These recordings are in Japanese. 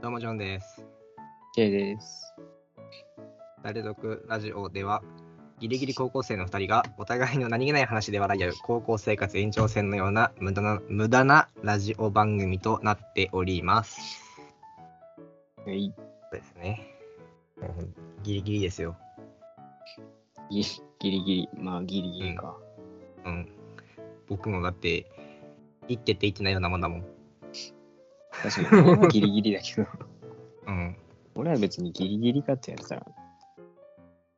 どうもジョンです。 J です。誰族ラジオではギリギリ高校生の2人がお互いの何気ない話で笑い合う高校生活延長戦のような無駄な無駄なラジオ番組となっております。はい。そうですね。うんギリギリですよ。ギギリギリ。まあ、ギリギリか。うん。僕もだって行ってって言ってないようなもんだもん。確かに、俺もギリギリだけど。 うん。俺は別にギリギリかってやったら。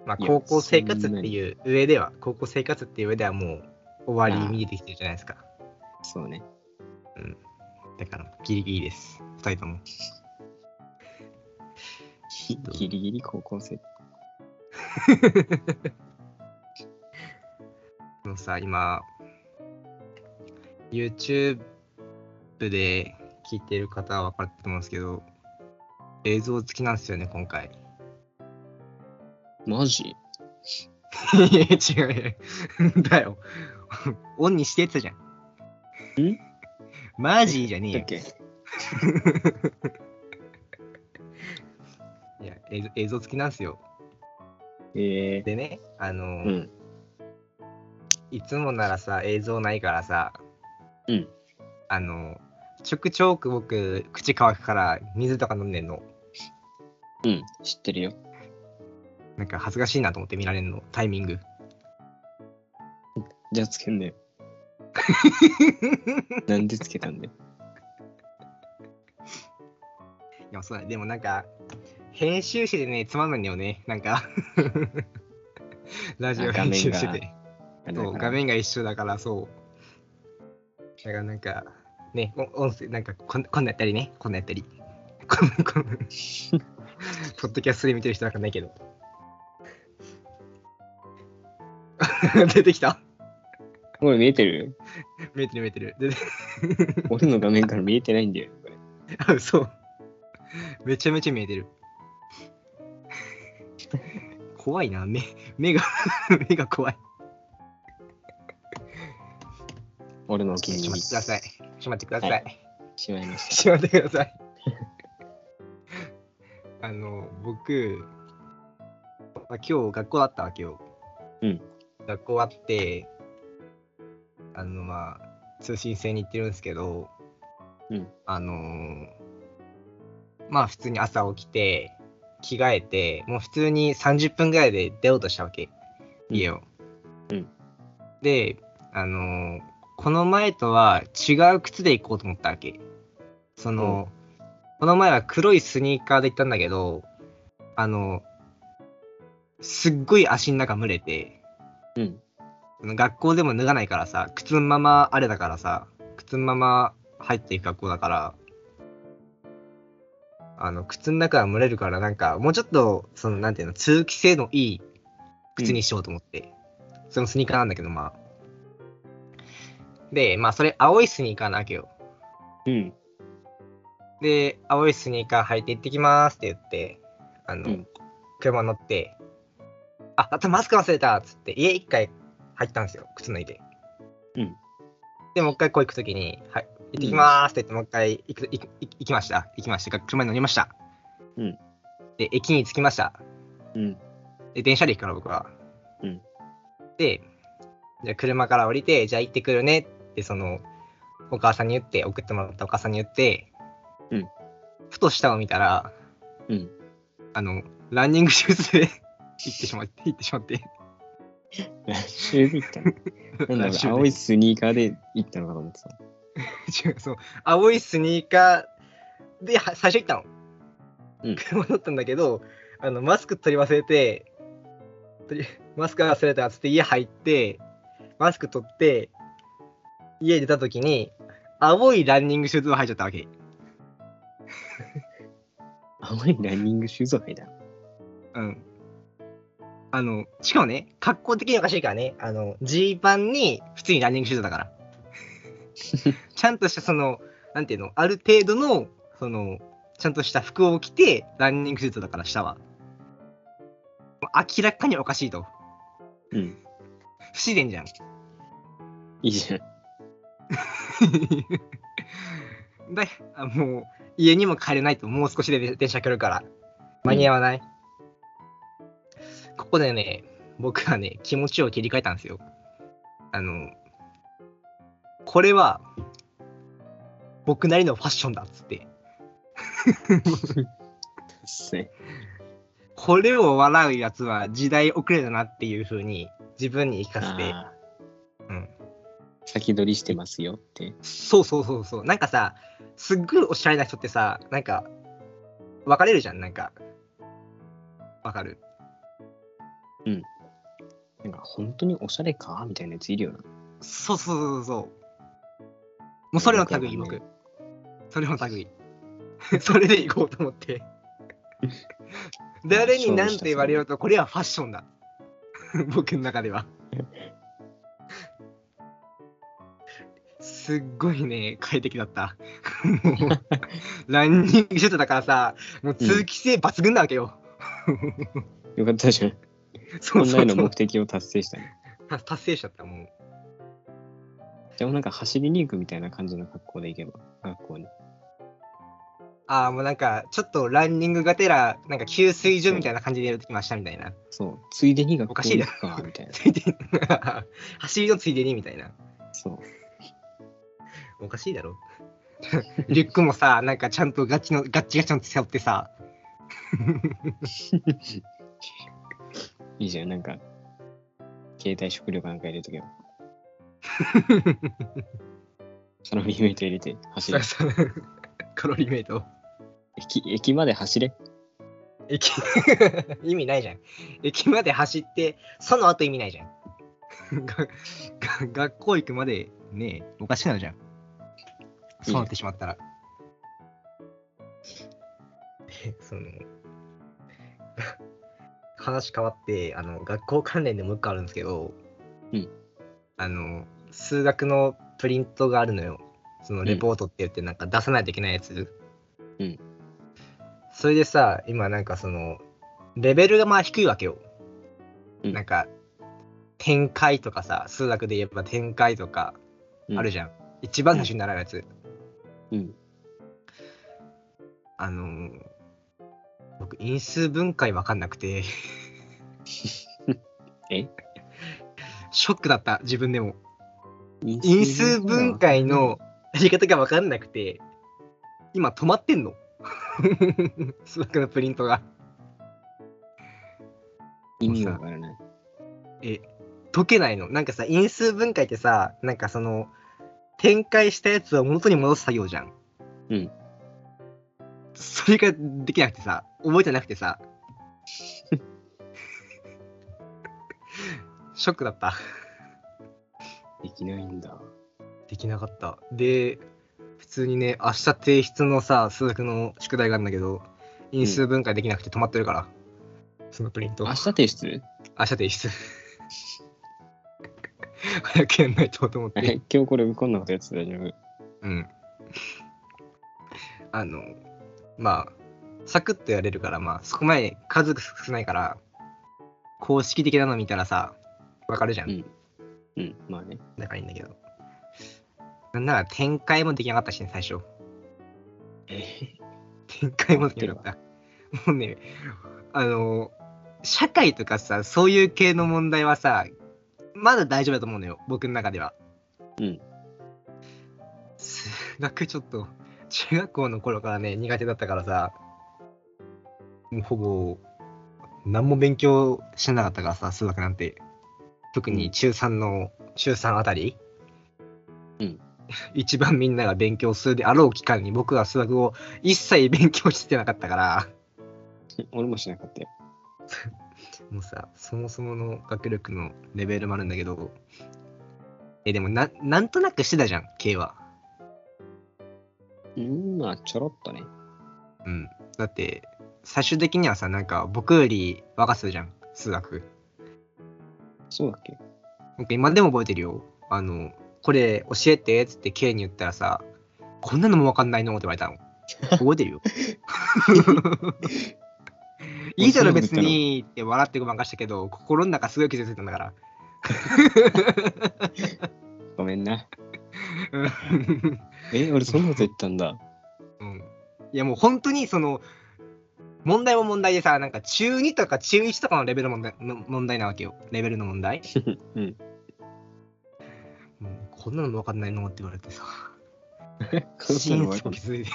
まあいや高校生活っていう上では高校生活っていう上ではもう終わり見えてきてるじゃないですか。そうね。だからギリギリです。2人とも。ギギリギリ高校生。もうさ、今、YouTube で聞いてる方は分かると思うんですけど、映像付きなんですよね、今回。マジいや 違うよ。だよ。オンにしてって言ってたじゃん。んマジじゃねえだっよ。けいや映像、映像付きなんですよ。えでね、あのー。うん。いつもならさ、映像ないからさ、うんあの、ちょくちょく僕、口乾くから水とか飲んでんの。うん。知ってるよ。なんか恥ずかしいなと思って見られんの、タイミング。じゃあつけん なよ。なんでつけたんだよ。いや、そうだね。でもなんか、編集してね、つまんないんだよね。なん か、ラジオあ画編面集がしてて。そう、画面が一緒だから、そう。だからなんか、ね、お音声、なんかこん、こんなやったりね、こんなやったり。こん な、こんな。ポッドキャストで見てる人なんかないけど。 出てきたこれ見えてる見えてる見えてる。出て俺の画面から見えてないんだよ。これあ、 そう。めちゃめちゃ見えてる。怖いな、目、目が、 目が怖い。俺のお気ちょにっ入と待ってくり。ださい。ちょっと待ってください。はしまいましちょっと待ってください。あの、僕、まあ、今日学校だったわけよ。うん。学校あって、あの、まあ、通信制に行ってるんですけど、うん。あのーまあ、普通に朝起きて、着替えて、もう普通に30分ぐらいで出ようとしたわけ。うん家を。うんで、あのーこの前とは違う靴で行こうと思ったわけ。その、この前は黒いスニーカーで行ったんだけど、あの、すっごい足の中蒸れて、た。うん。その学校でも脱がないからさ、靴のままあれだからさ、靴のまま入っていく学校だから、あの、靴の中は蒸れるから、なんか、もうちょっと、その、なんていうの、通気性のいい靴にしようと思って。そのスニーカーなんだけど、まあ。で、まあ、それ、青いスニーカーなわけよ。うん。で、青いスニーカー履いて行ってきますって言って、あの、うん車乗って、あ、あとマスク忘れたっつって、家一回入ったんですよ、靴脱いで。うん。で、もう一回こう行くときに、はい、行ってきますって言って、もう一回行く行く行行きました。行きました。車に乗りました。うん。で、駅に着きました。 うん。 で、電車で行くから僕は。うん。で、じゃあ車から降りて、じゃあ行ってくるねって、その、お母さんに言って、送ってもらったお母さんに言って、うん。ふと下を見たら、うん。あの、ランニングシューズで 行ってしまって、行ってしまって。ラッシュで行ったの。 なラッんだシュろでう、青いスニーカーで行ったのかと思ってた。違う、そう、青いスニーカーでは最初行ったの。うん車だったんだけど、あの、マスク取り忘れて、取りマスク忘れたっつって家入って、マスク取って、家出た時に、青いランニングシューズを履いちゃったわけ。青いランニングシューズを履いた。うん。あの、しかもね、格好的におかしいからね、あの、ジーパンに普通にランニングシューズだから。ちゃんとしたその、なんていうの、ある程度の、その、ちゃんとした服を着て、ランニングシューズだから、下は。明らかにおかしいと。うん。不自然じゃん。いいじゃん。 で、あもう、家にも帰れないと、もう少しで電車来るから。間に合わない。ここでね、僕はね、気持ちを切り替えたんですよ。あの、これは、僕なりのファッションだっつって。ですね。これを笑うやつは時代遅れだなっていう風に自分に言い聞かせて。あうーん先取りしてますよって。そうそうそうそう。なんかさ、すっごいおしゃれな人ってさ、なんか、別れるじゃん、なんか。わかるなんか本当におしゃれかみたいなやついるよな。そうそうそうそう。もうそれの類、なん僕かね。それの類。 それでいこうと思って。誰に何て言われようと、これはファッションだ。 僕の中では。すっごいね、快適だった。もうランニングしてたからさ、もう通気性抜群なわけよ。よかったじゃん。そ本うそ来うのそ目う。的を達成したね。達成しちゃった、もう。でもなんか走りに行くみたいな感じの格好で行けば、学校に。ああ、もうなんか、ちょっとランニングがてら、なんか給水所みたいな感じでやってきましたみたいな。 そう。ついでに学おか校しいにな行くか、みたいな。ついでに走りのついでにみたいな。 そう。おかしいだろ。 リュックもさ、なんかちゃんとガチの、ガッチガチの背負ってさ、いいじゃん。なんか、携帯食料かなんか入れとけば。サラリーメイト入れて走れ。 カロリーメイト。駅駅まで走れ。駅 意味ないじゃん。駅まで走って、その後意味ないじゃん。がが学校行くまでねえ、おかしくなるじゃん。そうなってしまったら。で、その、 話変わって、あの、学校関連でもう一個あるんですけど、うんあの、数学のプリントがあるのよ。そのレポートって言って、なんか出さないといけないやつ。うん。それでさ、今なんかその、レベルがまあ低いわけよ。うんなんか、展開とかさ、数学で言えば展開とかあるじゃん。一番最初に習うやつ。ゃん。うん。あのー僕因数分解わかんなくて えショックだった自分でも因因数分解のやり方がわかんなくて今止まってんの 数学のプリントが意味がわからない。え解けないのなんかさ因数分解ってさなんかその展開したやつを元に戻す作業じゃんうんそれができなくてさ覚えてなくてさ ショックだったできないんだ。できなかったで普通にね明日提出のさ数学の宿題があるんだけど因数分解できなくて止まってるから、そのプリント明日提出明日提出 早くやんないとと思ってえ今日これこんなことやってたら大丈夫。うん。あの、まあ、サクッとやれるから、まあ、そこまで数が少ないから、公式的なの見たらさ、わかるじゃん。うん。うん。まあね。だからいいんだけど。なんなら展開もできなかったしね、最初。展開もできなかった。もうね、あの、社会とかさ、そういう系の問題はさ、まだ大丈夫だと思うのよ、僕の中では。うん。数学ちょっと、中学校の頃からね、苦手だったからさ、もうほぼ、何も勉強してなかったからさ、数学なんて。特に中3の、中3あたり。うん。 一番みんなが勉強するであろう期間に僕は数学を一切勉強してなかったから、 俺もしなかったよ。もうさ、そもそもの学力のレベルもあるんだけど、え、でもな、なんとなくしてたじゃん、K は。うん、まあちょろっとね。うん。だって、最終的にはさ、なんか僕より若すじゃん、数学。そうだっけなんか今でも覚えてるよ。あの、これ教えて、つって K に言ったらさ、こんなのもわかんないのって言われたの。覚えてるよ。いいだろ別にって笑ってごまかしたけど、心の中すごい傷ついたんだから。ごめんな。うん え、俺そんなこと言ったんだ。うんいやもう本当にその、問題も問題でさ、なんか中2とか中1とかのレベルの問題の問題なわけよ。レベルの問題。うん。うんこんなの分かんないのって言われてさ、そんなの心わか底気づんないいて。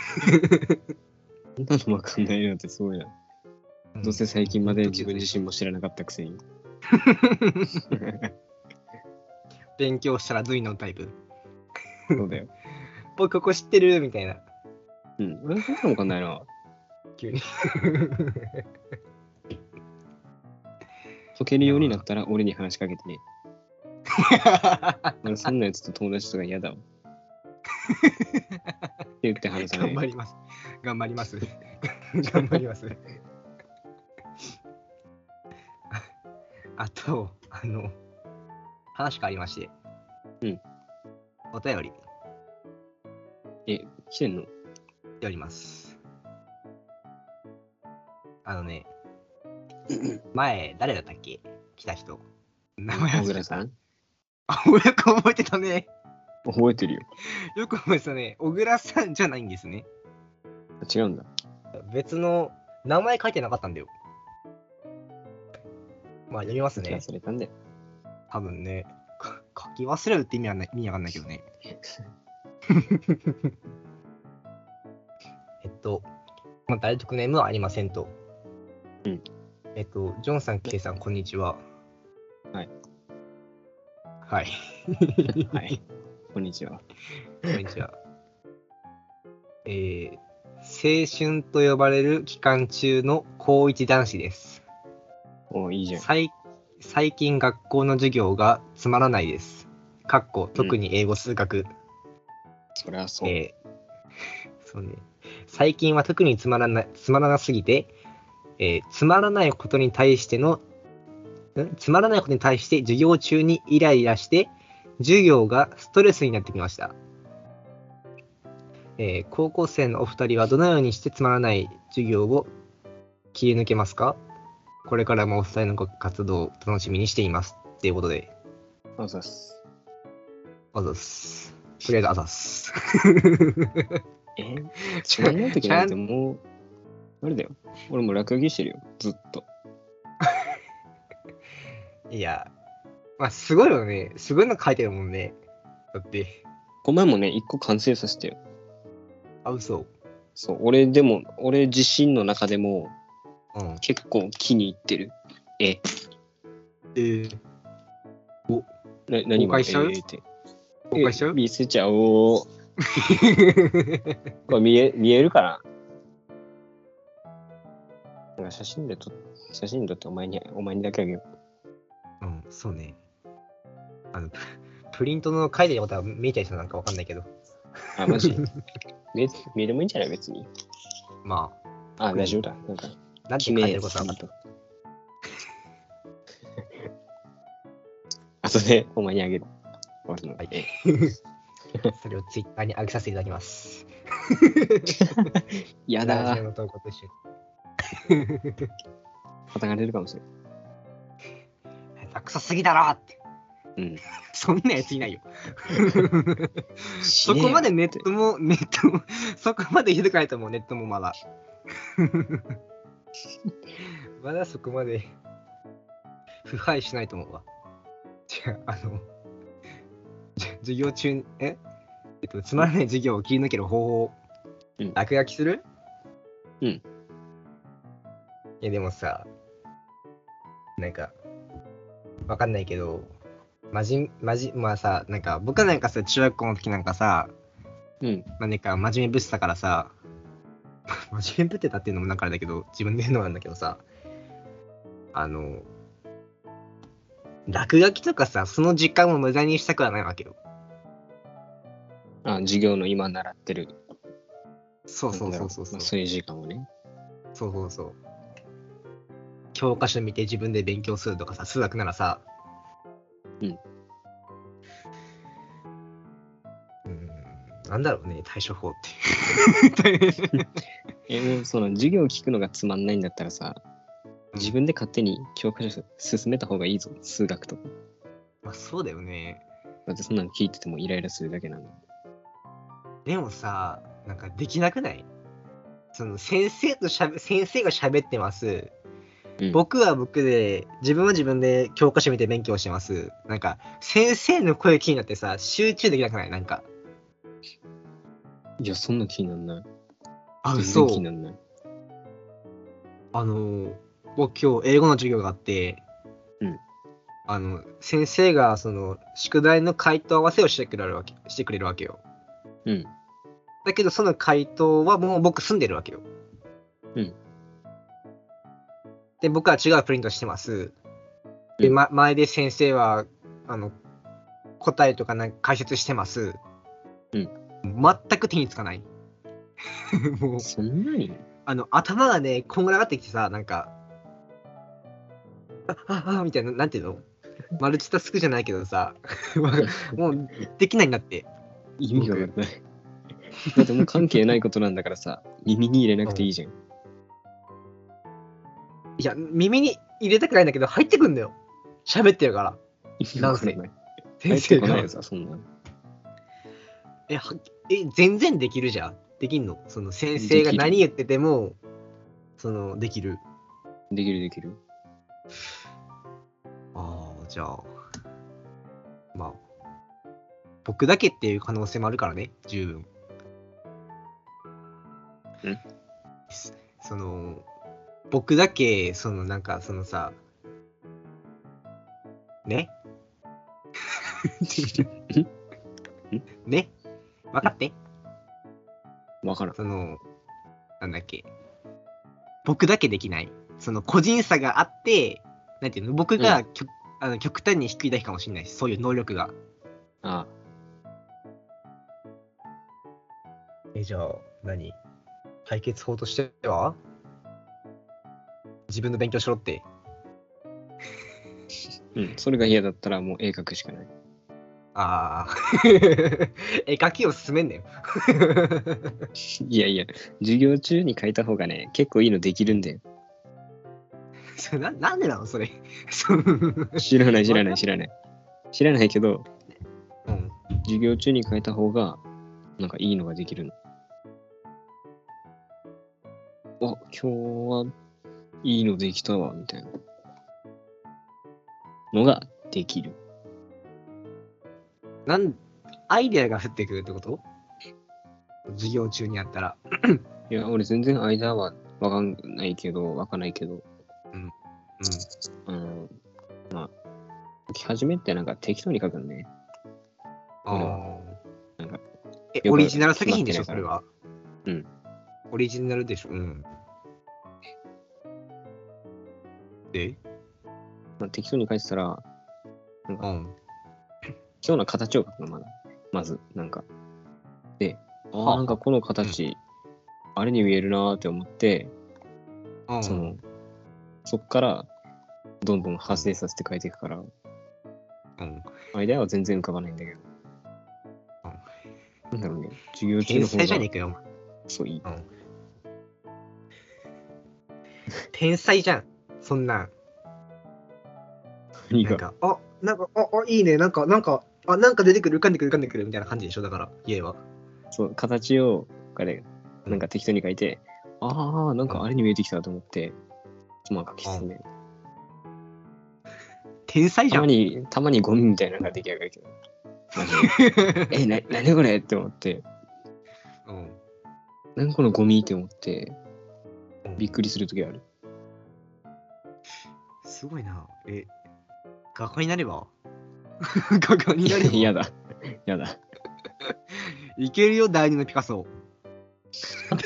そんなのわかんないのってすごいな。どうせ最近まで自分自身も知らなかったくせに。勉強したら随のタイプ。そうだよ。僕ここ知ってるみたいな。うん。俺そんなのわかんないな。急に。解けるようになったら俺に話しかけてね。俺そんなやつと友達とか嫌だわ。って言って話さな頑張い。ります。頑張ります。 頑張ります。あと、あの、話変わりまして。うん。お便り、え、来てんのやります。あの ね、前、誰だったっけ来た人。名前小忘れ倉た。さんあ、 よく覚えてたね。覚えてるよ。よく覚えてたね。小倉さんじゃないんですね。違うんだ。別の名前書いてなかったんだよ。まあ読みます気がね。されたんだよ。多分ね。か書き忘れるって意味はない意味わかんないけどね。 えっと、まあ、誰得ネームはありませんと。うんえっと、ジョンさん、ケイさん、こんにちは。はい。はい。はい。こんにちは。こんにちは。 えー、青春と呼ばれる期間中の高一男子です。おいいじゃん。最最近学校の授業がつまらないです。かっこ特に英語数学、そりゃそう。えーそうね、最近は特につまらないつまらなすぎて、えーつまらないことに対してのんつまらないことに対して授業中にイライラして授業がストレスになってきました、えー高校生のお二人はどのようにしてつまらない授業を切り抜けますかこれからもお二人のご活動を楽しみにしていますっていうことであざっす。あざっすとりあえずあざっすえちょ、ない時なんてもう、あれだよ。俺もう落書きしてるよ。ずっと。いや、まあすごいよね。すごいの書いてるもんね。だって、この前もね、一個完成させてよ。あ、嘘。そう。俺でも、俺自身の中でもうん。結構気に入ってる。え、えー、な何も公開しちゃうえーって。公開しちゃうえ見せちゃおう。これ見え見えるかななんか写真で撮っ写真撮ってお前にお前にだけあげよ うん、そうね。あの、ププリントの書いてることは見えちゃいそうなんかわかんないけど。う。あ、マ ジ見え見えてもいいんじゃない別に。まあ、大丈夫だ。なんか、あ、なんて書決いめてやるすことは分かいっ と。あとでお前にあげる。俺のはいえた。それをツイッターに上げさせていただきます。やラだジオー。の投稿と一緒に叩かれるかもしれな下手くそすぎだろって。い。うん。そんなやついないよ。そそこまでネット も、ネットも、そこまでひどくないと思う、ネットもまだ。 まだそこまで 腐敗しないと思うわ。違う、あの、じ授業中に、ええっと、つまらない授業を切り抜ける方法、うん落書きするうんいや、でもさ、なんか、わかんないけど、まじ、まじ、まあさ、なんか、僕なんかさ、中学校の時なんかさ、うん。まあ、なんか真面目ぶってたからさ、真面目ぶってたっていうのもなんかあれだけど、自分で言うのもなんだけどさ、あの、落書きとかさ、その時間を無駄にしたくはないわけよ。あ、授業の今習ってる。そうそうそうそうまそあう。そういう時間をね。そうそうそう。教科書見て自分で勉強するとかさ、数学ならさ。うん。うん。なんだろうね、対処法って。え、もうその授業を聞くのがつまんないんだったらさ、自分で勝手に教科書進めた方がいいぞ、数学とか。まあ、そうだよね。だってそんなの聞いててもイライラするだけなの。でもさ、なんかできなくないその先生としゃべ先生が喋ってます、うん僕は僕で自分は自分で教科書見て勉強してますなんか先生の声気になってさ集中できなくないなんかいや、そんな気になんない。あ全然そ気にうなんない。あの僕今日英語の授業があって、うんあの先生がその宿題の回答合わせをしてくれるわけしてくれるわけようん。だけどその回答はもう僕住んでるわけよ。うん。で僕は違うプリントしてます。で、うんま、前で先生はあの答えとかなんか解説してます。うん。全く手につかない。 もうそんなにあの頭がねこんがらがってきてさなんかあああみたいななんていうのマルチタスクじゃないけどさ もうできないんだって。意味がわかんない。だってもう関係ないことなんだからさ、耳に入れなくていいじゃん。いや、耳に入れたくないんだけど、入ってくんだよ。喋ってるから。意味がわかんない。先入って生こがないよさ、そんな。え、はえ、全然できるじゃん。できんのその先生ができる何言ってても、その、できる。できるできる。ああ、じゃあ、まあ、僕だけっていう可能性もあるからね、十分。んすその、僕だけ、その、なんか、そのさ、ね ね分かってわからん。その、なんだっけ。僕だけできない。その個人差があって、なんていうの、僕がきょ、あの極端に低いだけかもしれないし、そういう能力が。ああ、え、じゃあ、何解決法としては自分の勉強しろって。うん。それが嫌だったらもう絵描くしかない。ああ。 絵描きを進めんなよ。 いやいや、授業中に描いた方がね、結構いいのできるんだよ。それななんでなのそれ。そう知らない知らない知らない。知らないけど、うん。授業中に描いた方が、なんかいいのができるの。あ、今日は、いいのできたわ、みたいな。のができる。なん、アイデアが降ってくるってこと授業中にやったら。いや、俺全然間はわかんないけど、わかんないけど、うん。あの、まあ、書き始めってなんか適当に書くのね。ああ。なんかえ、くオリジナル作品でしょ、決そまってれなは。うん。オリジナルでしょ、うん。でまあ、適当に書いてたら、うん。今日の形を書くのまだまずなんかであはああなんかこの形、あれに見えるなーって思って、うん。そのそっからどんどん派生させて書いていくからうん、アイデアは全然浮かばないんだけど、なんだろうね授業中天の方才じゃねえがかよ、お前そういい天才じゃん。そんなん。何なんがか、あ、なんか、あ、あいいね。なんか、なんか、あ、なんか出てくる、浮かんでくる、浮かんでくる、みたいな感じでしょ、だから、家は。そう形をあれなんか適当に書いてああなんかあれに見えてきたと思ってまあ書き進める天才じたゃまん。にたまにゴミみたいなのが出来上がる けどマジでえな何これって思ってうん。何このゴミって思ってうんびっくりするときある。すごいな。え、画家になれば 画家になれば やだ。やだ。いけるよ、第二のピカソ。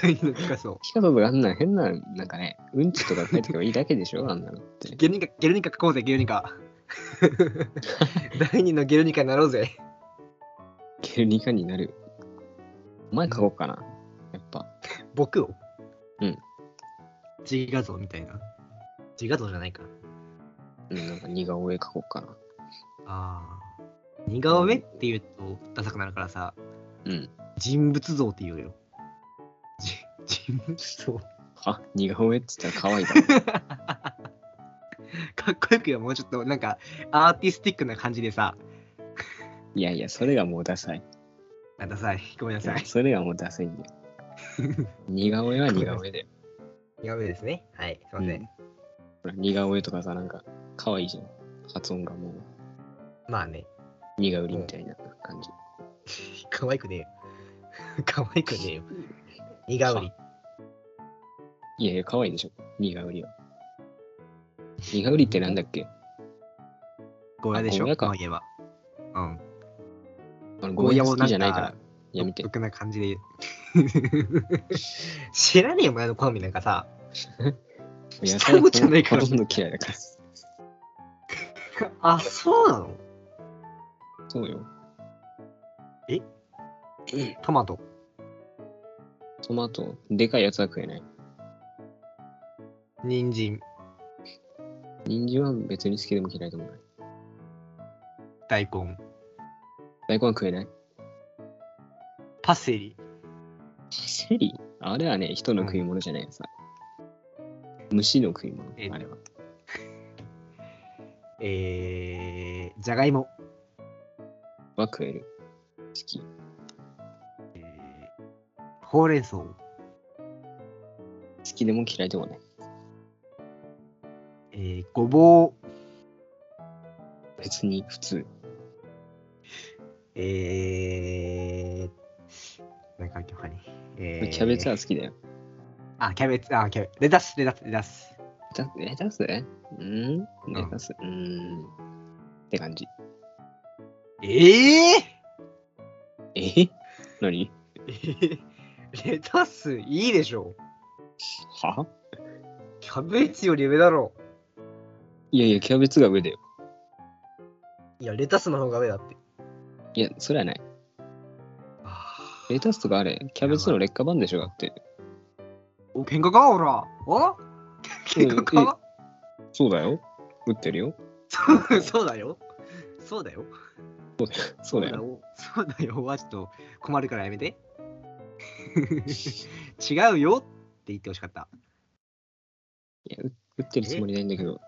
第二のピカソ。ピカソとかあんなん変な、なんかね、うんちとか書いてけばいいだけでしょ、あんなのって。ゲルニカ、ゲルニカ書こうぜ、ゲルニ カ。第二のゲルニカになろうぜ。ゲルニカになる。お前書こうかな。やっぱ。僕を。うん。自画像みたいな。自画像じゃないか。うん、なんか似顔絵書こうかな。ああ。似顔絵って言うとダサくなるからさ、うん。人物像って言うよ。じ人物像あ、似顔絵って言ったら可愛いだ ろ。かっこよくよ、もうちょっとなんかアーティスティックな感じでさ、いやいや、それがもうダサい。あダサい。ごめんなさい。それがもうダサいんだよ。似顔絵は似顔絵 で。やべえですね。はい、すいません。うんほら似顔絵とかさ、なんか、可愛いじゃん。発音がもう、まあね、似顔絵みたいな感じ。可愛くねえよ。 可愛くねえよ。似顔絵。いやいや、可愛いでしょ。似顔絵は。似顔絵ってなんだっけゴーヤでしょあゴーヤかゴーヤは。うん。あのゴーヤ好きじゃないから。いや、見て独。特な感じで 言う。知らねえよ、お前の好みなんかさ。 野下の菜子じゃないかほらとんど嫌いだから。あ、そうなのそうよ。トマト。トマト、でかいやつは食えない。人参、人参は別に好きでも嫌いでもない。大根、大根は食えない。パセリ。セリあれはね、人の食い物じゃないよさ。虫の食い物、えあれは。えー、じゃがいも。は食える。好き。ほうれん草。好きでも嫌いでもない。えー、ごぼう。別に普通。えー、なんかあるっけ他に。えー、キャベツは好きだよ。あ、キャベツ、あ、キャベツ。レタス、レタス、レタス。だレタスうんレタスうん。って感じ。えええ何ー、 レタスいいでしょはキャベツより上だろいやいや、キャベツが上だよ。いやレタスの方が上だっていや、それはない。あレタスとかあれ、キャベツの劣化版でしょだって。お喧嘩かほらお喧嘩か、そうだよ。売ってるよ。 そうだよそうだよそうだよ。そうだよはちょっと困るからやめ て違うよって言ってほしかったいや、う売ってるつもりないんだけど、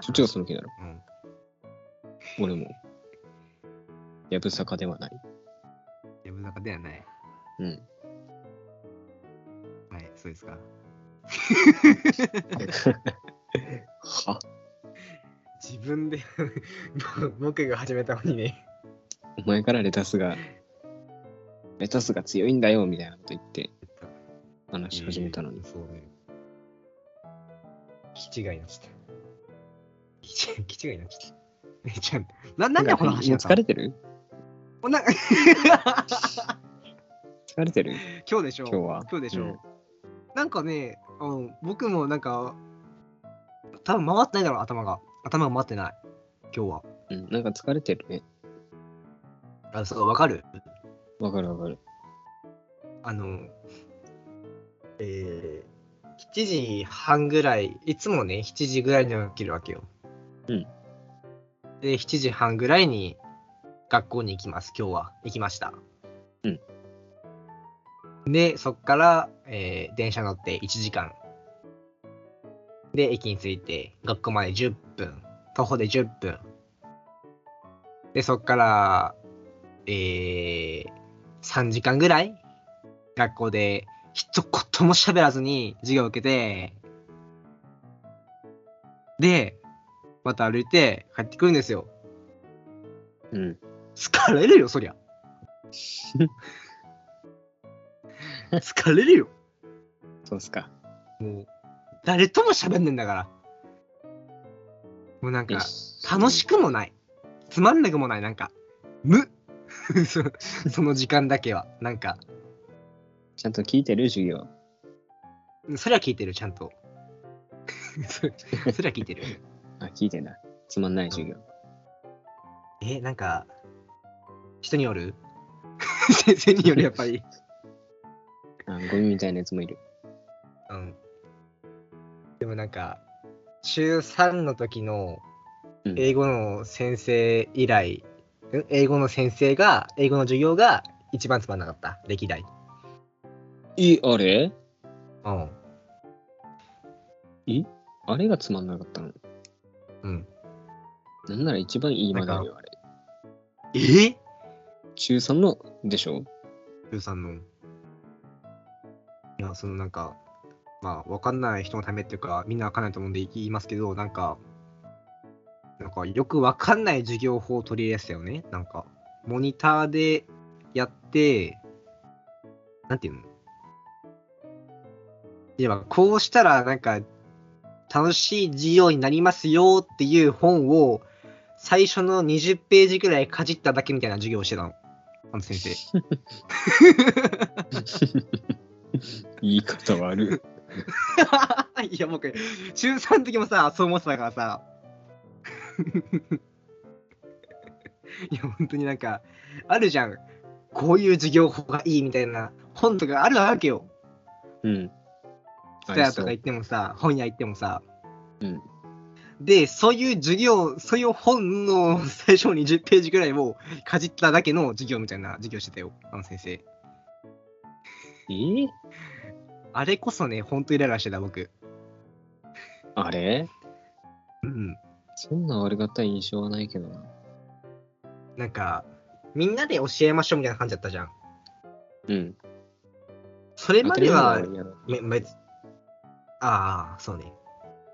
そっちょがその気だろ。うん俺も。やぶさかではない。やぶ中ではないうん。はいそうですかは自分で 僕が始めたのにねお前からレタスが、レタスが強いんだよ、みたいなこと言って、話し始めたのに。そうね。気違いになっちゃった。気違いになっちゃった。ねえちゃん、な、なんでこの話もなうんだ疲れてるおな疲れてる 今日でしょ今日は。今日でしょ、うんなんかね、あの僕もなんか、多分回ってないだろう、頭が。頭が回ってない。今日は。うん、なんか疲れてるね。あ、そう、わかるわかるわかる。あの、えー、7時半ぐらい、いつもね、7時ぐらいには起きるわけよ。うん。で、7時半ぐらいに学校に行きます、今日は。行きました。うん。で、そっから、えー電車乗って1時間。で、駅に着いて、学校まで10分。徒歩で10分。で、そっから、えー、3時間ぐらい学校で一言も喋らずに授業を受けて、で、また歩いて帰ってくるんですよ。うん。疲れるよ、そりゃ。疲れるよ。そうっすか。もう、誰とも喋んねえんだから。もうなんか、楽しく。くもない。つまんなくもない、なんか、無 そその時間だけは。なんか、ちゃんと聞いてる授業。それは聞いてる、ちゃんと。 それそれは聞いてる。あ、聞いてんだ。つまんない授業。え、なんか、人による先生による、やっぱり。あ、ゴミみたいなやつもいる。うん。でもなんか、中3の時のうん英語の先生以来、ん英語の先生が、英語の授業が一番つまんなかった、歴代。え、あれうん。あれがつまんなかったのうん。なんなら一番いいまであるよ、あれ。えー、中3のでしょ中3の。いや、そのなんか、まあ、わかんない人のためっていうか、みんなわかんないと思うんで言いますけど、なんか、なんかよくわかんない授業法を取り入れてたよね。なんか、モニターでやって、なんていうのいや、こうしたら、なんか、楽しい授業になりますよっていう本を、最初の20ページぐらいかじっただけみたいな授業をしてたの。あの先生。言い方 悪いや、僕、中3の時もさ、そう思ってたからさ。 いや、本当になんか、あるじゃん。こういう授業法がいいみたいな本とかあるわけよ。い。うん。ツタヤとか行ってもさ、本屋行ってもさ。うんで、そういう授業、そういう本の最初に10ページぐらいをかじっただけの授業みたいな授業してたよ、あの先生。えーあれこそね、本当イライラしてた、僕。あれうん。そんな悪かった印象はないけどな。なんか、みんなで教えましょうみたいな感じだったじゃん。うん。それまでは当たり前、のようにめ、め、ああ、そうね。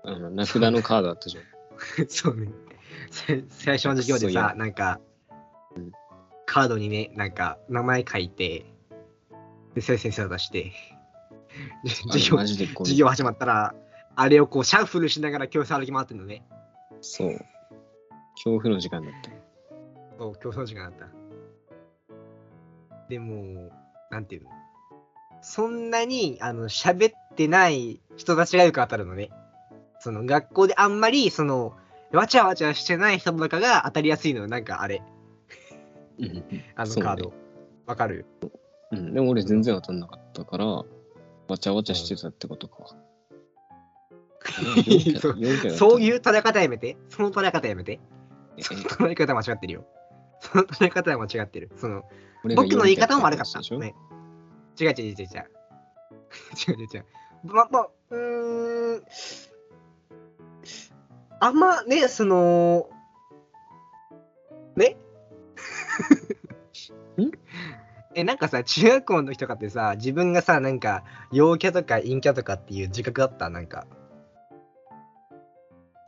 あの、名札のカードあったじゃん。そうね。せ最初の授業でそうさや、なんか、カードにね、なんか、名前書いて、で、先生を出して、であれ 授業マ、ジでこう授業始まったら、あれをこう、シャッフルしながら教室歩き回ってんのね。そう。恐怖の時間だった。そう、競争時間だった。でも、なんていうのそんなに、あの、喋ってない人たちがよく当たるのね。その、学校であんまり、その、わちゃわちゃしてない人とかが当たりやすいのよ。なんかあれ、うん。あのそうねカード。わ、かるうん。でも俺全然当たんなかったから、わちゃわちゃしてたっ てことか。そう4回。そういうう捉え方やめて。その捉え方やめて。えその捉え方間違ってるよ。その捉え方は間違ってる。その、俺が僕の言い方も悪かっ四た。回やね、違う違う違う違う。違う 違う違う。まあ、まあ、うーん。あんまね、その、ね んえ、なんかさ、中学校の人とかってさ、自分がさ、なんか、陽キャとか陰キャとかっていう自覚あったなんか。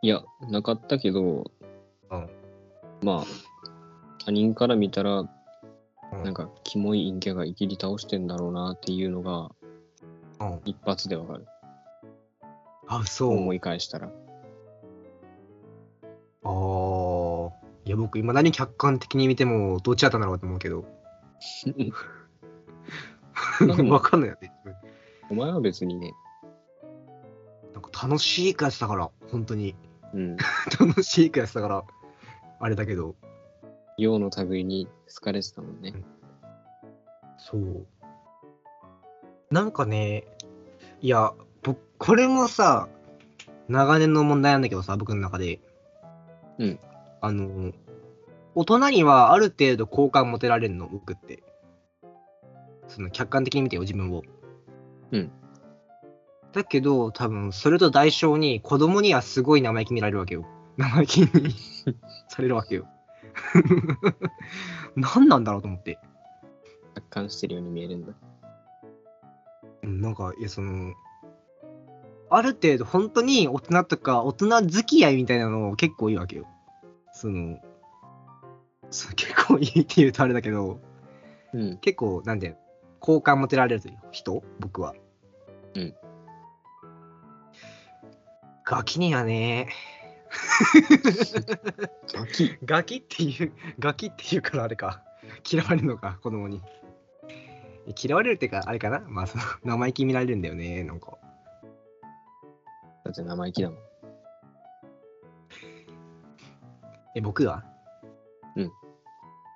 いや、なかったけど、うんまあ、他人から見たら、うんなんか、キモい陰キャがいきり倒してんだろうなっていうのが、うん一発でわかる。あ、そう。思い返したら。あーいや僕今何客観的に見てもどっちだったんだろうと思うけどう んわかんないよねお前は別にね、なんか楽しいクラスだから本当に うん、楽しいクラスだからあれだけど陽の類に好かれてたもんね。そうなんかねいや僕これもさ長年の問題なんだけどさ僕の中でうんあの大人にはある程度好感持てられるの僕ってその客観的に見てよ自分をうんだけど多分それと代償に子供にはすごい生意気見られるわけよ生意気にされるわけよ 何なんだろうと思って達観してるように見えるんだ。うんなんか、いや、その、ある程度、本当に大人とか、大人付き合いみたいなの結構いいわけよ。その、そう結構いいって言うとあれだけど、うん。結構、なんで、好感持てられるという人僕は。うん。ガキにはね、ガキガキっていう、ガキっていうからあれか。嫌われるのか、子供に。嫌われるっていうか、あれかなまあ、その、生意気見られるんだよね、なんか。だって生意気だもん。え、僕がうんい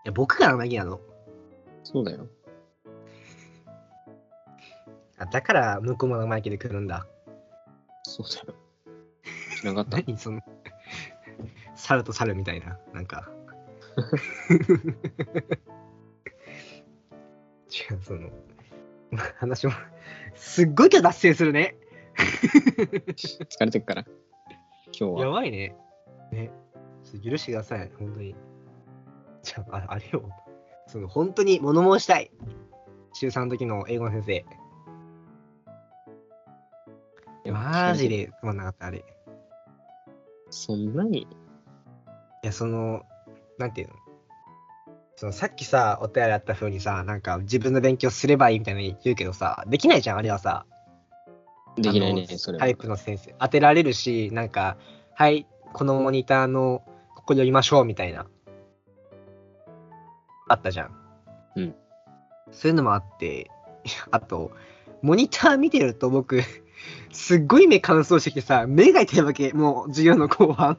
や、僕が生意気なの。そうだよ。あだから、向こうも生意気で来るんだ。そうだよ。知ら なかった。何その、猿と猿みたいな、なんか。 違う、その、話も、すっごい今日脱線するね。疲れてるから。今日やは。ばいね。ね。ちょっと許してください、本当に。じゃあ、ああれよ。その、本当に物申したい。中3の時の英語の先生。マジでつまんなかった、あれ。いそんなにや、その、なんていうのそのさっきさ、お便りあった風にさ、なんか自分の勉強すればいいみたいに言うけどさ、できないじゃん、あれはさ。できないねあ、のそれは。タイプの先生。当てられるし、なんか、はい、このモニターの、ここ読みましょうみたいな。あったじゃん。うん。そういうのもあって、 あと、モニター見てると僕、すっごい目乾燥してきてさ、目が痛いわけ、もう授業の後半。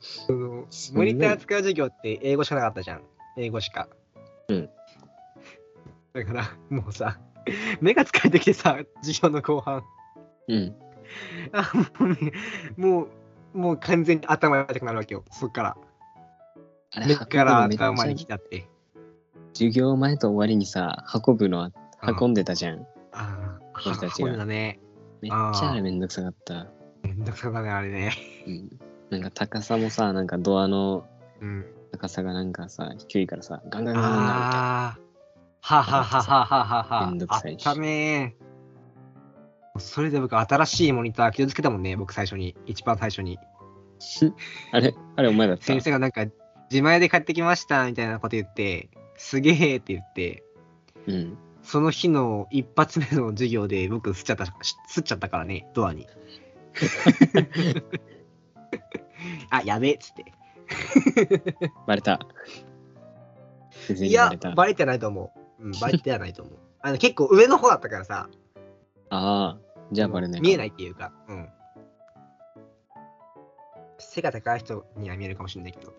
そのそんなモニター使う授業って英語しかなかったじゃん。英語しか。うん。だから、もうさ、目が疲れてきてさ、授業の後半。うん。あもうね、もう、もう完全に頭痛くなるわけよ。そっから。あ目から運ぶのめっちゃ頭に来たって。授業前と終わりにさ、運ぶのは運んんでたじゃん。ああ、私たち運がんだね。めっちゃあれめんどくさかった。めんどくさだね、あれね。うん。なんか高さもさ、なんかドアのうん。高さがなんかさ、低いからさ、ガンガンガンガンガンっあてあ。ははははははは。めんどくさあいっしたねーそれで僕、新しいモニター気をつけたもんね、僕最初に。一番最初に。あれあれお前だった先生がなんか、自前で買ってきましたみたいなこと言って、すげえって言って、うん。その日の一発目の授業で僕、すっちゃった、しすっちゃったからね、ドアに。 あ、やべえっつって。バレた。全い然バやレた。、あバレてないと思う。うん、バレてはないと思う。あの結構上の方だったからさ、あー、じゃあバレない。。見えないいっていうか、うん。背が高い人には見えるかもしれないけど。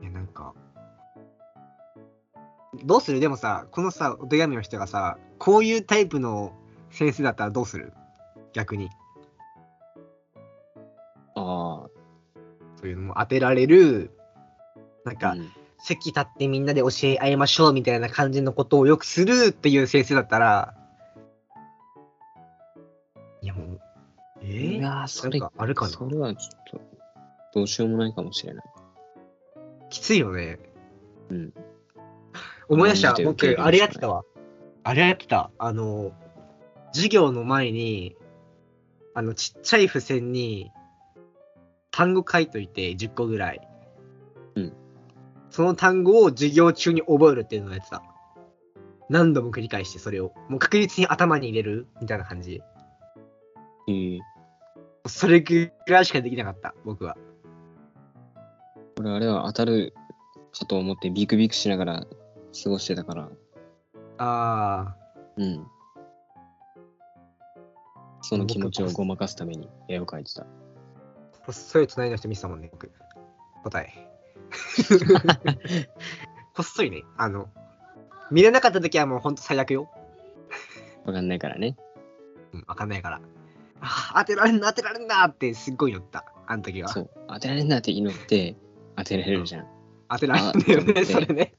いや、なんか。どうするでもさ、このさ、お手紙の人がさ、こういうタイプの先生だったらどうする逆に。あそういうのも当てられる、なんあ。か、うん席立ってみんなで教え合いましょうみたいな感じのことをよくするっていう先生だったら、いやもう、えーうわーなそんれかあるかなそれはちょっと、どうしようもないかもしれない。きついよね。うん。思い出した、うん受ける僕、あれやってたわ。あれやってた。あの、授業の前に、あの、ちっちゃい付箋に、単語書いといて、10個ぐらい。うん。その単語を授業中に覚えるっていうのをやってた。何度も繰り返して、それを。もう確実に頭に入れるみたいな感じ。えー、それぐらいしかできなかった、僕は。俺あれは当たるかと思ってビクビクしながら過ごしてたから。ああ。うん。その気持ちをごまかすために絵を描いてた。細い隣の人見てたもんね、僕。答 え。こっそりね、あの、見れなかった時はもうほんと最悪よ。わかんないからね。うん、わかんないから。あー当てられんな、当てられんなってすっごい言った、あの時はそ。う。当てられんなって祈って当てられるじゃん。当てられんだよあーね、ちょそっと待っれてね。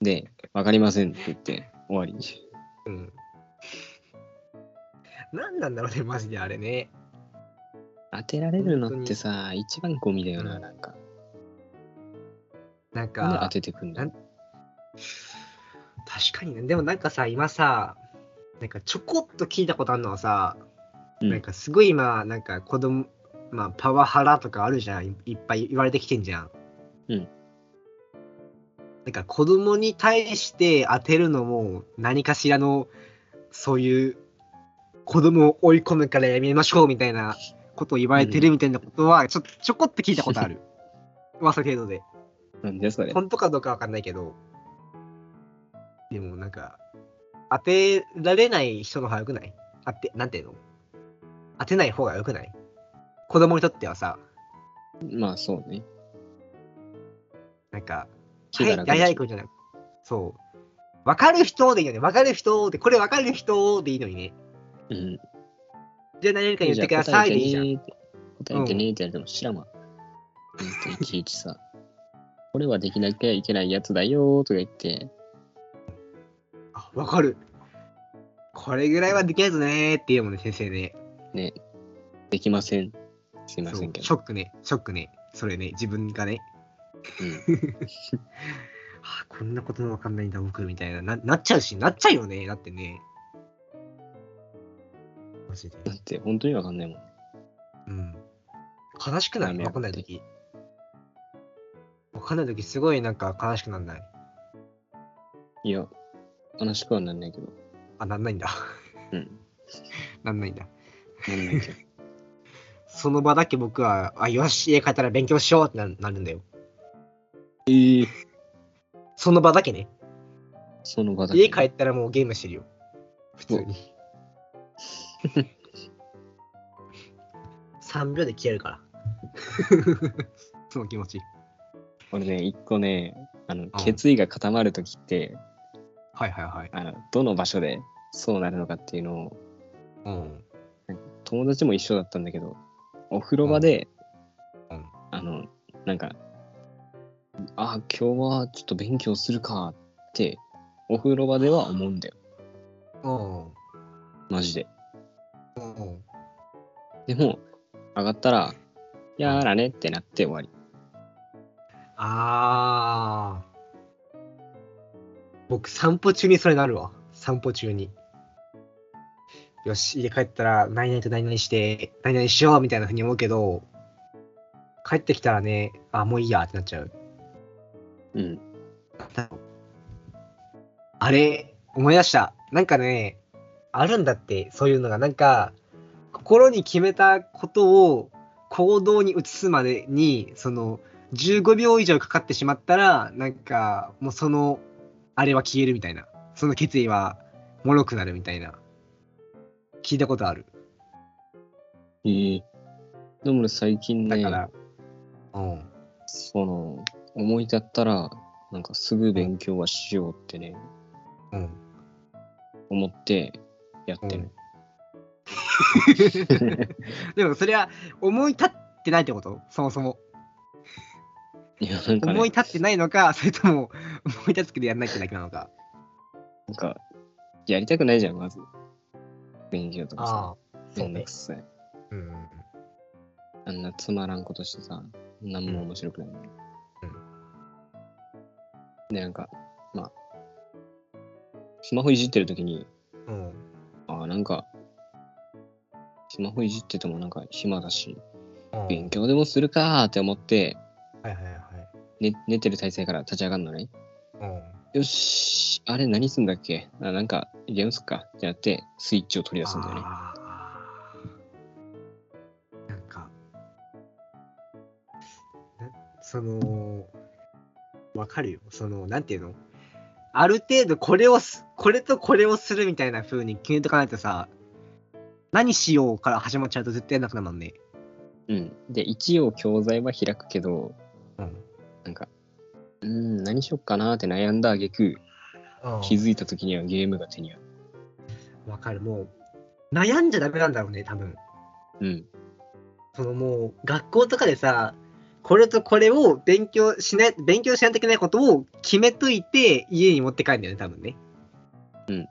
で、わかりませんって言って終わり。うん。なんなんだろうね、マジであれね。当てられるのってさ、一番ゴミだよな、うんなんか。なんなんで当か、ててくんだなん確かにね、でもなんかさ、今さ、なんかちょこっと聞いたことあるのはさ、うんなんかすごい今、なんか子供、まあパワハラとかあるじゃん、いいっぱい言われてきてんじゃん。うん。なんか子供に対して当てるのも何かしらのそういう子供を追い込むからやめましょうみたいなことを言われてるみたいなことはちょちょこっと聞いたことあ る。噂程度で。なんでそれ。本当かどうかわかんないけど、でもなんか、当てられない人の方が良くない当て、なんていうの当てない方が良くない子供にとってはさ、まあそうね。なんか、気が楽はい、やいくんじゃないそう。わかる人でいいよね。わかる人で、これわかる人でいいのにね。うん。じゃあ何々か言ってくだじゃあさ答いでえていいじゃん。ねーって答えてねーってやれても知らんわ。なんかいちいちさ。これはできなきゃいけないやつだよーとか言って、あ、わかる。これぐらいはできないぞねーって言うもんね、先生ね。ね、できません。すいませんけそうシど。ョックね、ショックね。それね、自分がね。うん、 はあ、こんなこともわかんないんだ、僕、みたいなな。なっちゃうし、なっちゃうよね、だってね。マジで。だって本当にわかんないもん。うん。悲しくないやめわようかんないとき。わかんないとき、すごいなんか悲しくなんない。いや、悲しくはなんないけど。あ、なんないんだ。 うん。なんないんだ。な んないけど。その場だけ僕は、あ、よし、家帰ったら勉強しようってななるんだよ。えー、その場だけね。その場だけ家帰ったらもうゲームしてるよ。普通 に。3秒で消えるから。その気持ち。俺ね、一個ね、あの、決意が固まるときって、はいはいはい。あの、どの場所でそうなるのかっていうのを、うん。友達も一緒だったんだけど、お風呂場で、うんうんあの、なんか、あ、今日はちょっと勉強するかって、お風呂場では思うんだよ。うん。マジで。うん。でも、上がったら、やーらねってなって終わり。ああ。僕、散歩中にそれなるわ。散歩中に。よし、家帰ったら、何々と何々して、何々しようみたいなふうに思うけど、帰ってきたらね、あ、もういいやってなっちゃう。うん。あれ、思い出した。なんかね、あるんだって、そういうのが。なんか、心に決めたことを行動に移すまでに、その、15秒以上かかってしまったら、なんか、もうその、あれは消えるみたいな。その決意は、脆くなるみたいな。聞いたことある。えー、でも俺最近だね、から、うん。その、思い立ったら、なんかすぐ勉強はしようってね、うん。思ってやってる。でも、それは、思い立ってないってことそもそも。 いや、なんか、ね、思い立ってないのか、 それとも、思い立つけどやんないってだけなのか。なんか、やりたくないじゃん、まず。勉強とかさ。あ、めんどくさい。うんうんあんなつまらんことしてさ、なんも面白くない、ねで、なんか、まあ、スマホいじってるときに、うん。うん。ああ、なんか、スマホいじっててもなんか暇だし、勉強でもするかーって思って、はいはいはい。ね、寝てる体勢から立ち上がるのね。うん。よし、あれ何すんだっけあなんか、ゲームすっかってなって、スイッチを取り出すんだよね。あーなんか、なその、わかるよ。その、なんていうのある程度これをす、これとこれをするみたいな風に決めとかないとさ、何しようから始まっちゃうと絶対やんなくなるもんね。うん。で、一応教材は開くけど、うん。なんか、うーん、何しよっかなーって悩んだ挙句、気づいた時にはゲームが手にある。わかる。もう、悩んじゃダメなんだろうね、多分。うん。そのもう学校とかでさこれとこれを勉強しない勉強しないといけないことを決めといて家に持って帰るんだよね多分ねうん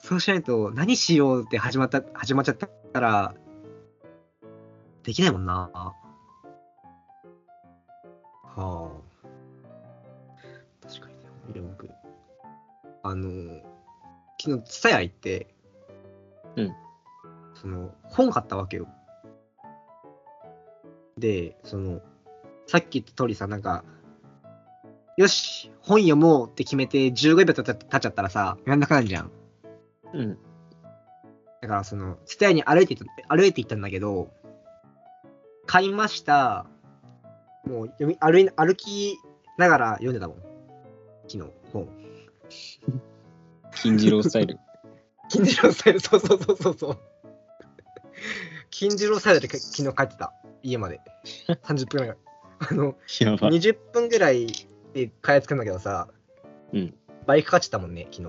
そうしないと何しようって始まった始まっちゃったらできないもんなはあ確かにねいや僕あの昨日蔦屋行ってうんその本買ったわけよで、その、さっき言った通りさ、なんか、よし、本読もうって決めて15秒経っちゃ経っちゃったらさ、やんなくなるじゃん。うん。だからその、ツタヤに歩いていった、歩いていったんだけど、買いました。もう読み、歩い、歩きながら読んでたもん。昨日、本。金次郎スタイル。金次郎スタイル、そうそうそうそうそう。 金次郎スタイルで昨日帰ってた。家まで。30分ぐらい。あの、 やば。 20分ぐらいで買いつくんだけどさ、うん倍かかっちゃったもんね、 昨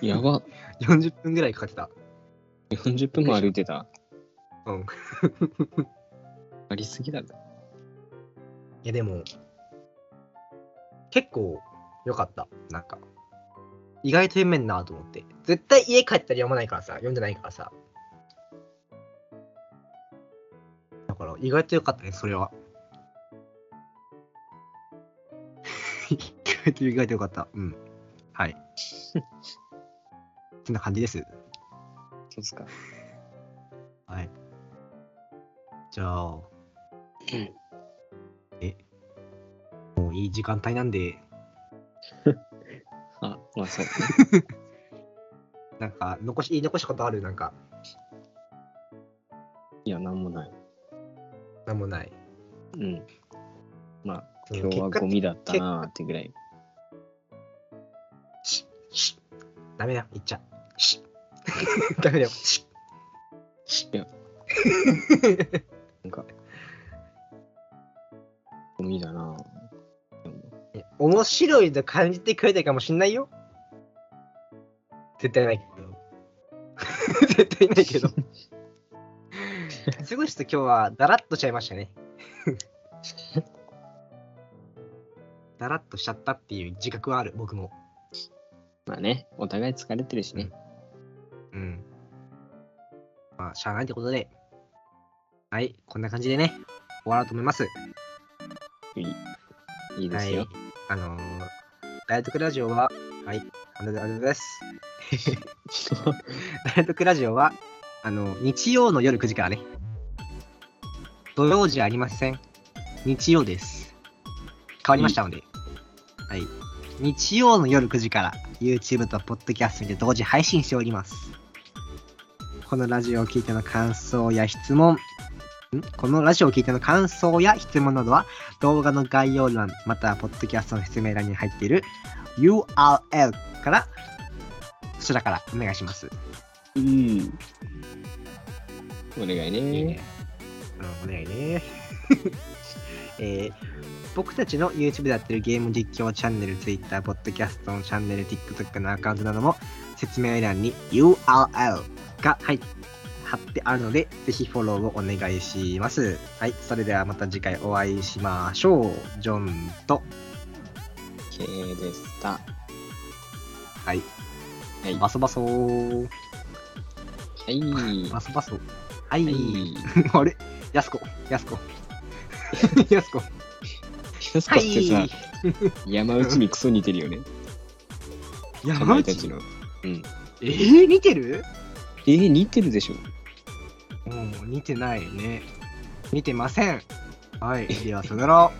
やば。日。40分ぐらいかかってた。 40分も歩いてた。うんありすぎだろ。いや、でも、結構良かった。なんか、意外と読めんなと思って。絶対家帰ったら読まないからさ、読んでないからさ。だから、意外と良かったね、それは。 意外と意外と良 かった。うん。はい。そんな感じです。そうっすか。はい。じゃあ、うんえ、もういい時間帯なんで、あ、まあそう。なんか残し、言い残したことあるなんか、いや、なんもない。なんもない。うん。まあ、うん今日は結果ゴミだったなーってぐらい。シッ、シッ。ダメだ、言っちゃ。シッ。 ダメだよ。シいや、ッ。なんか、ゴミだな面白いと感じてくれたかもしんないよ。絶対ないけ ど。絶対ないけど。すごいちょっと今日はだらっとしちゃいましたね。 だらっとしちゃったっていう自覚はある、僕も。まあね、お互い疲れてるしね。うん。まあ、しゃあないってことで。はい、こんな感じでね、終わろうと思います。いいいいではすいよ。。あのー、大徳ラジオは、はい、ありがとうござい ます。 大徳ラジオは、あの、日曜の夜9時からね。土曜じゃありません。日曜です。変わりましたので。はい。日曜の夜9時から、YouTube と Podcast で同時配信しております。このラジオを聞いての感想や質問、んこのラジオを聞いての感想や質問などは、動画の概要欄、またはポッドキャストの説明欄に入っている URL から、そちらからお願いします。うん。お願いね。。うん、お願い ね。えー僕たちの YouTube でやってるゲーム実況チャンネル、Twitter、Podcast のチャンネル、TikTok のアカウントなども説明欄に URL が入っ貼ってあるので、ぜひフォローをお願いします。はい、それではまた次回お会いしましょう。ジョンと、経営でした。はい、はい。バソバソー。はい。はバソバソ。はい。い。 あれやすこ、や すこ。やすこ。やすこってさ、山内にクソ似てるよね。かま山いた内ちの。うん。えー、似てるえー、似てるでしょ。うん、似てないね。 似てません。はい、ではさよなら。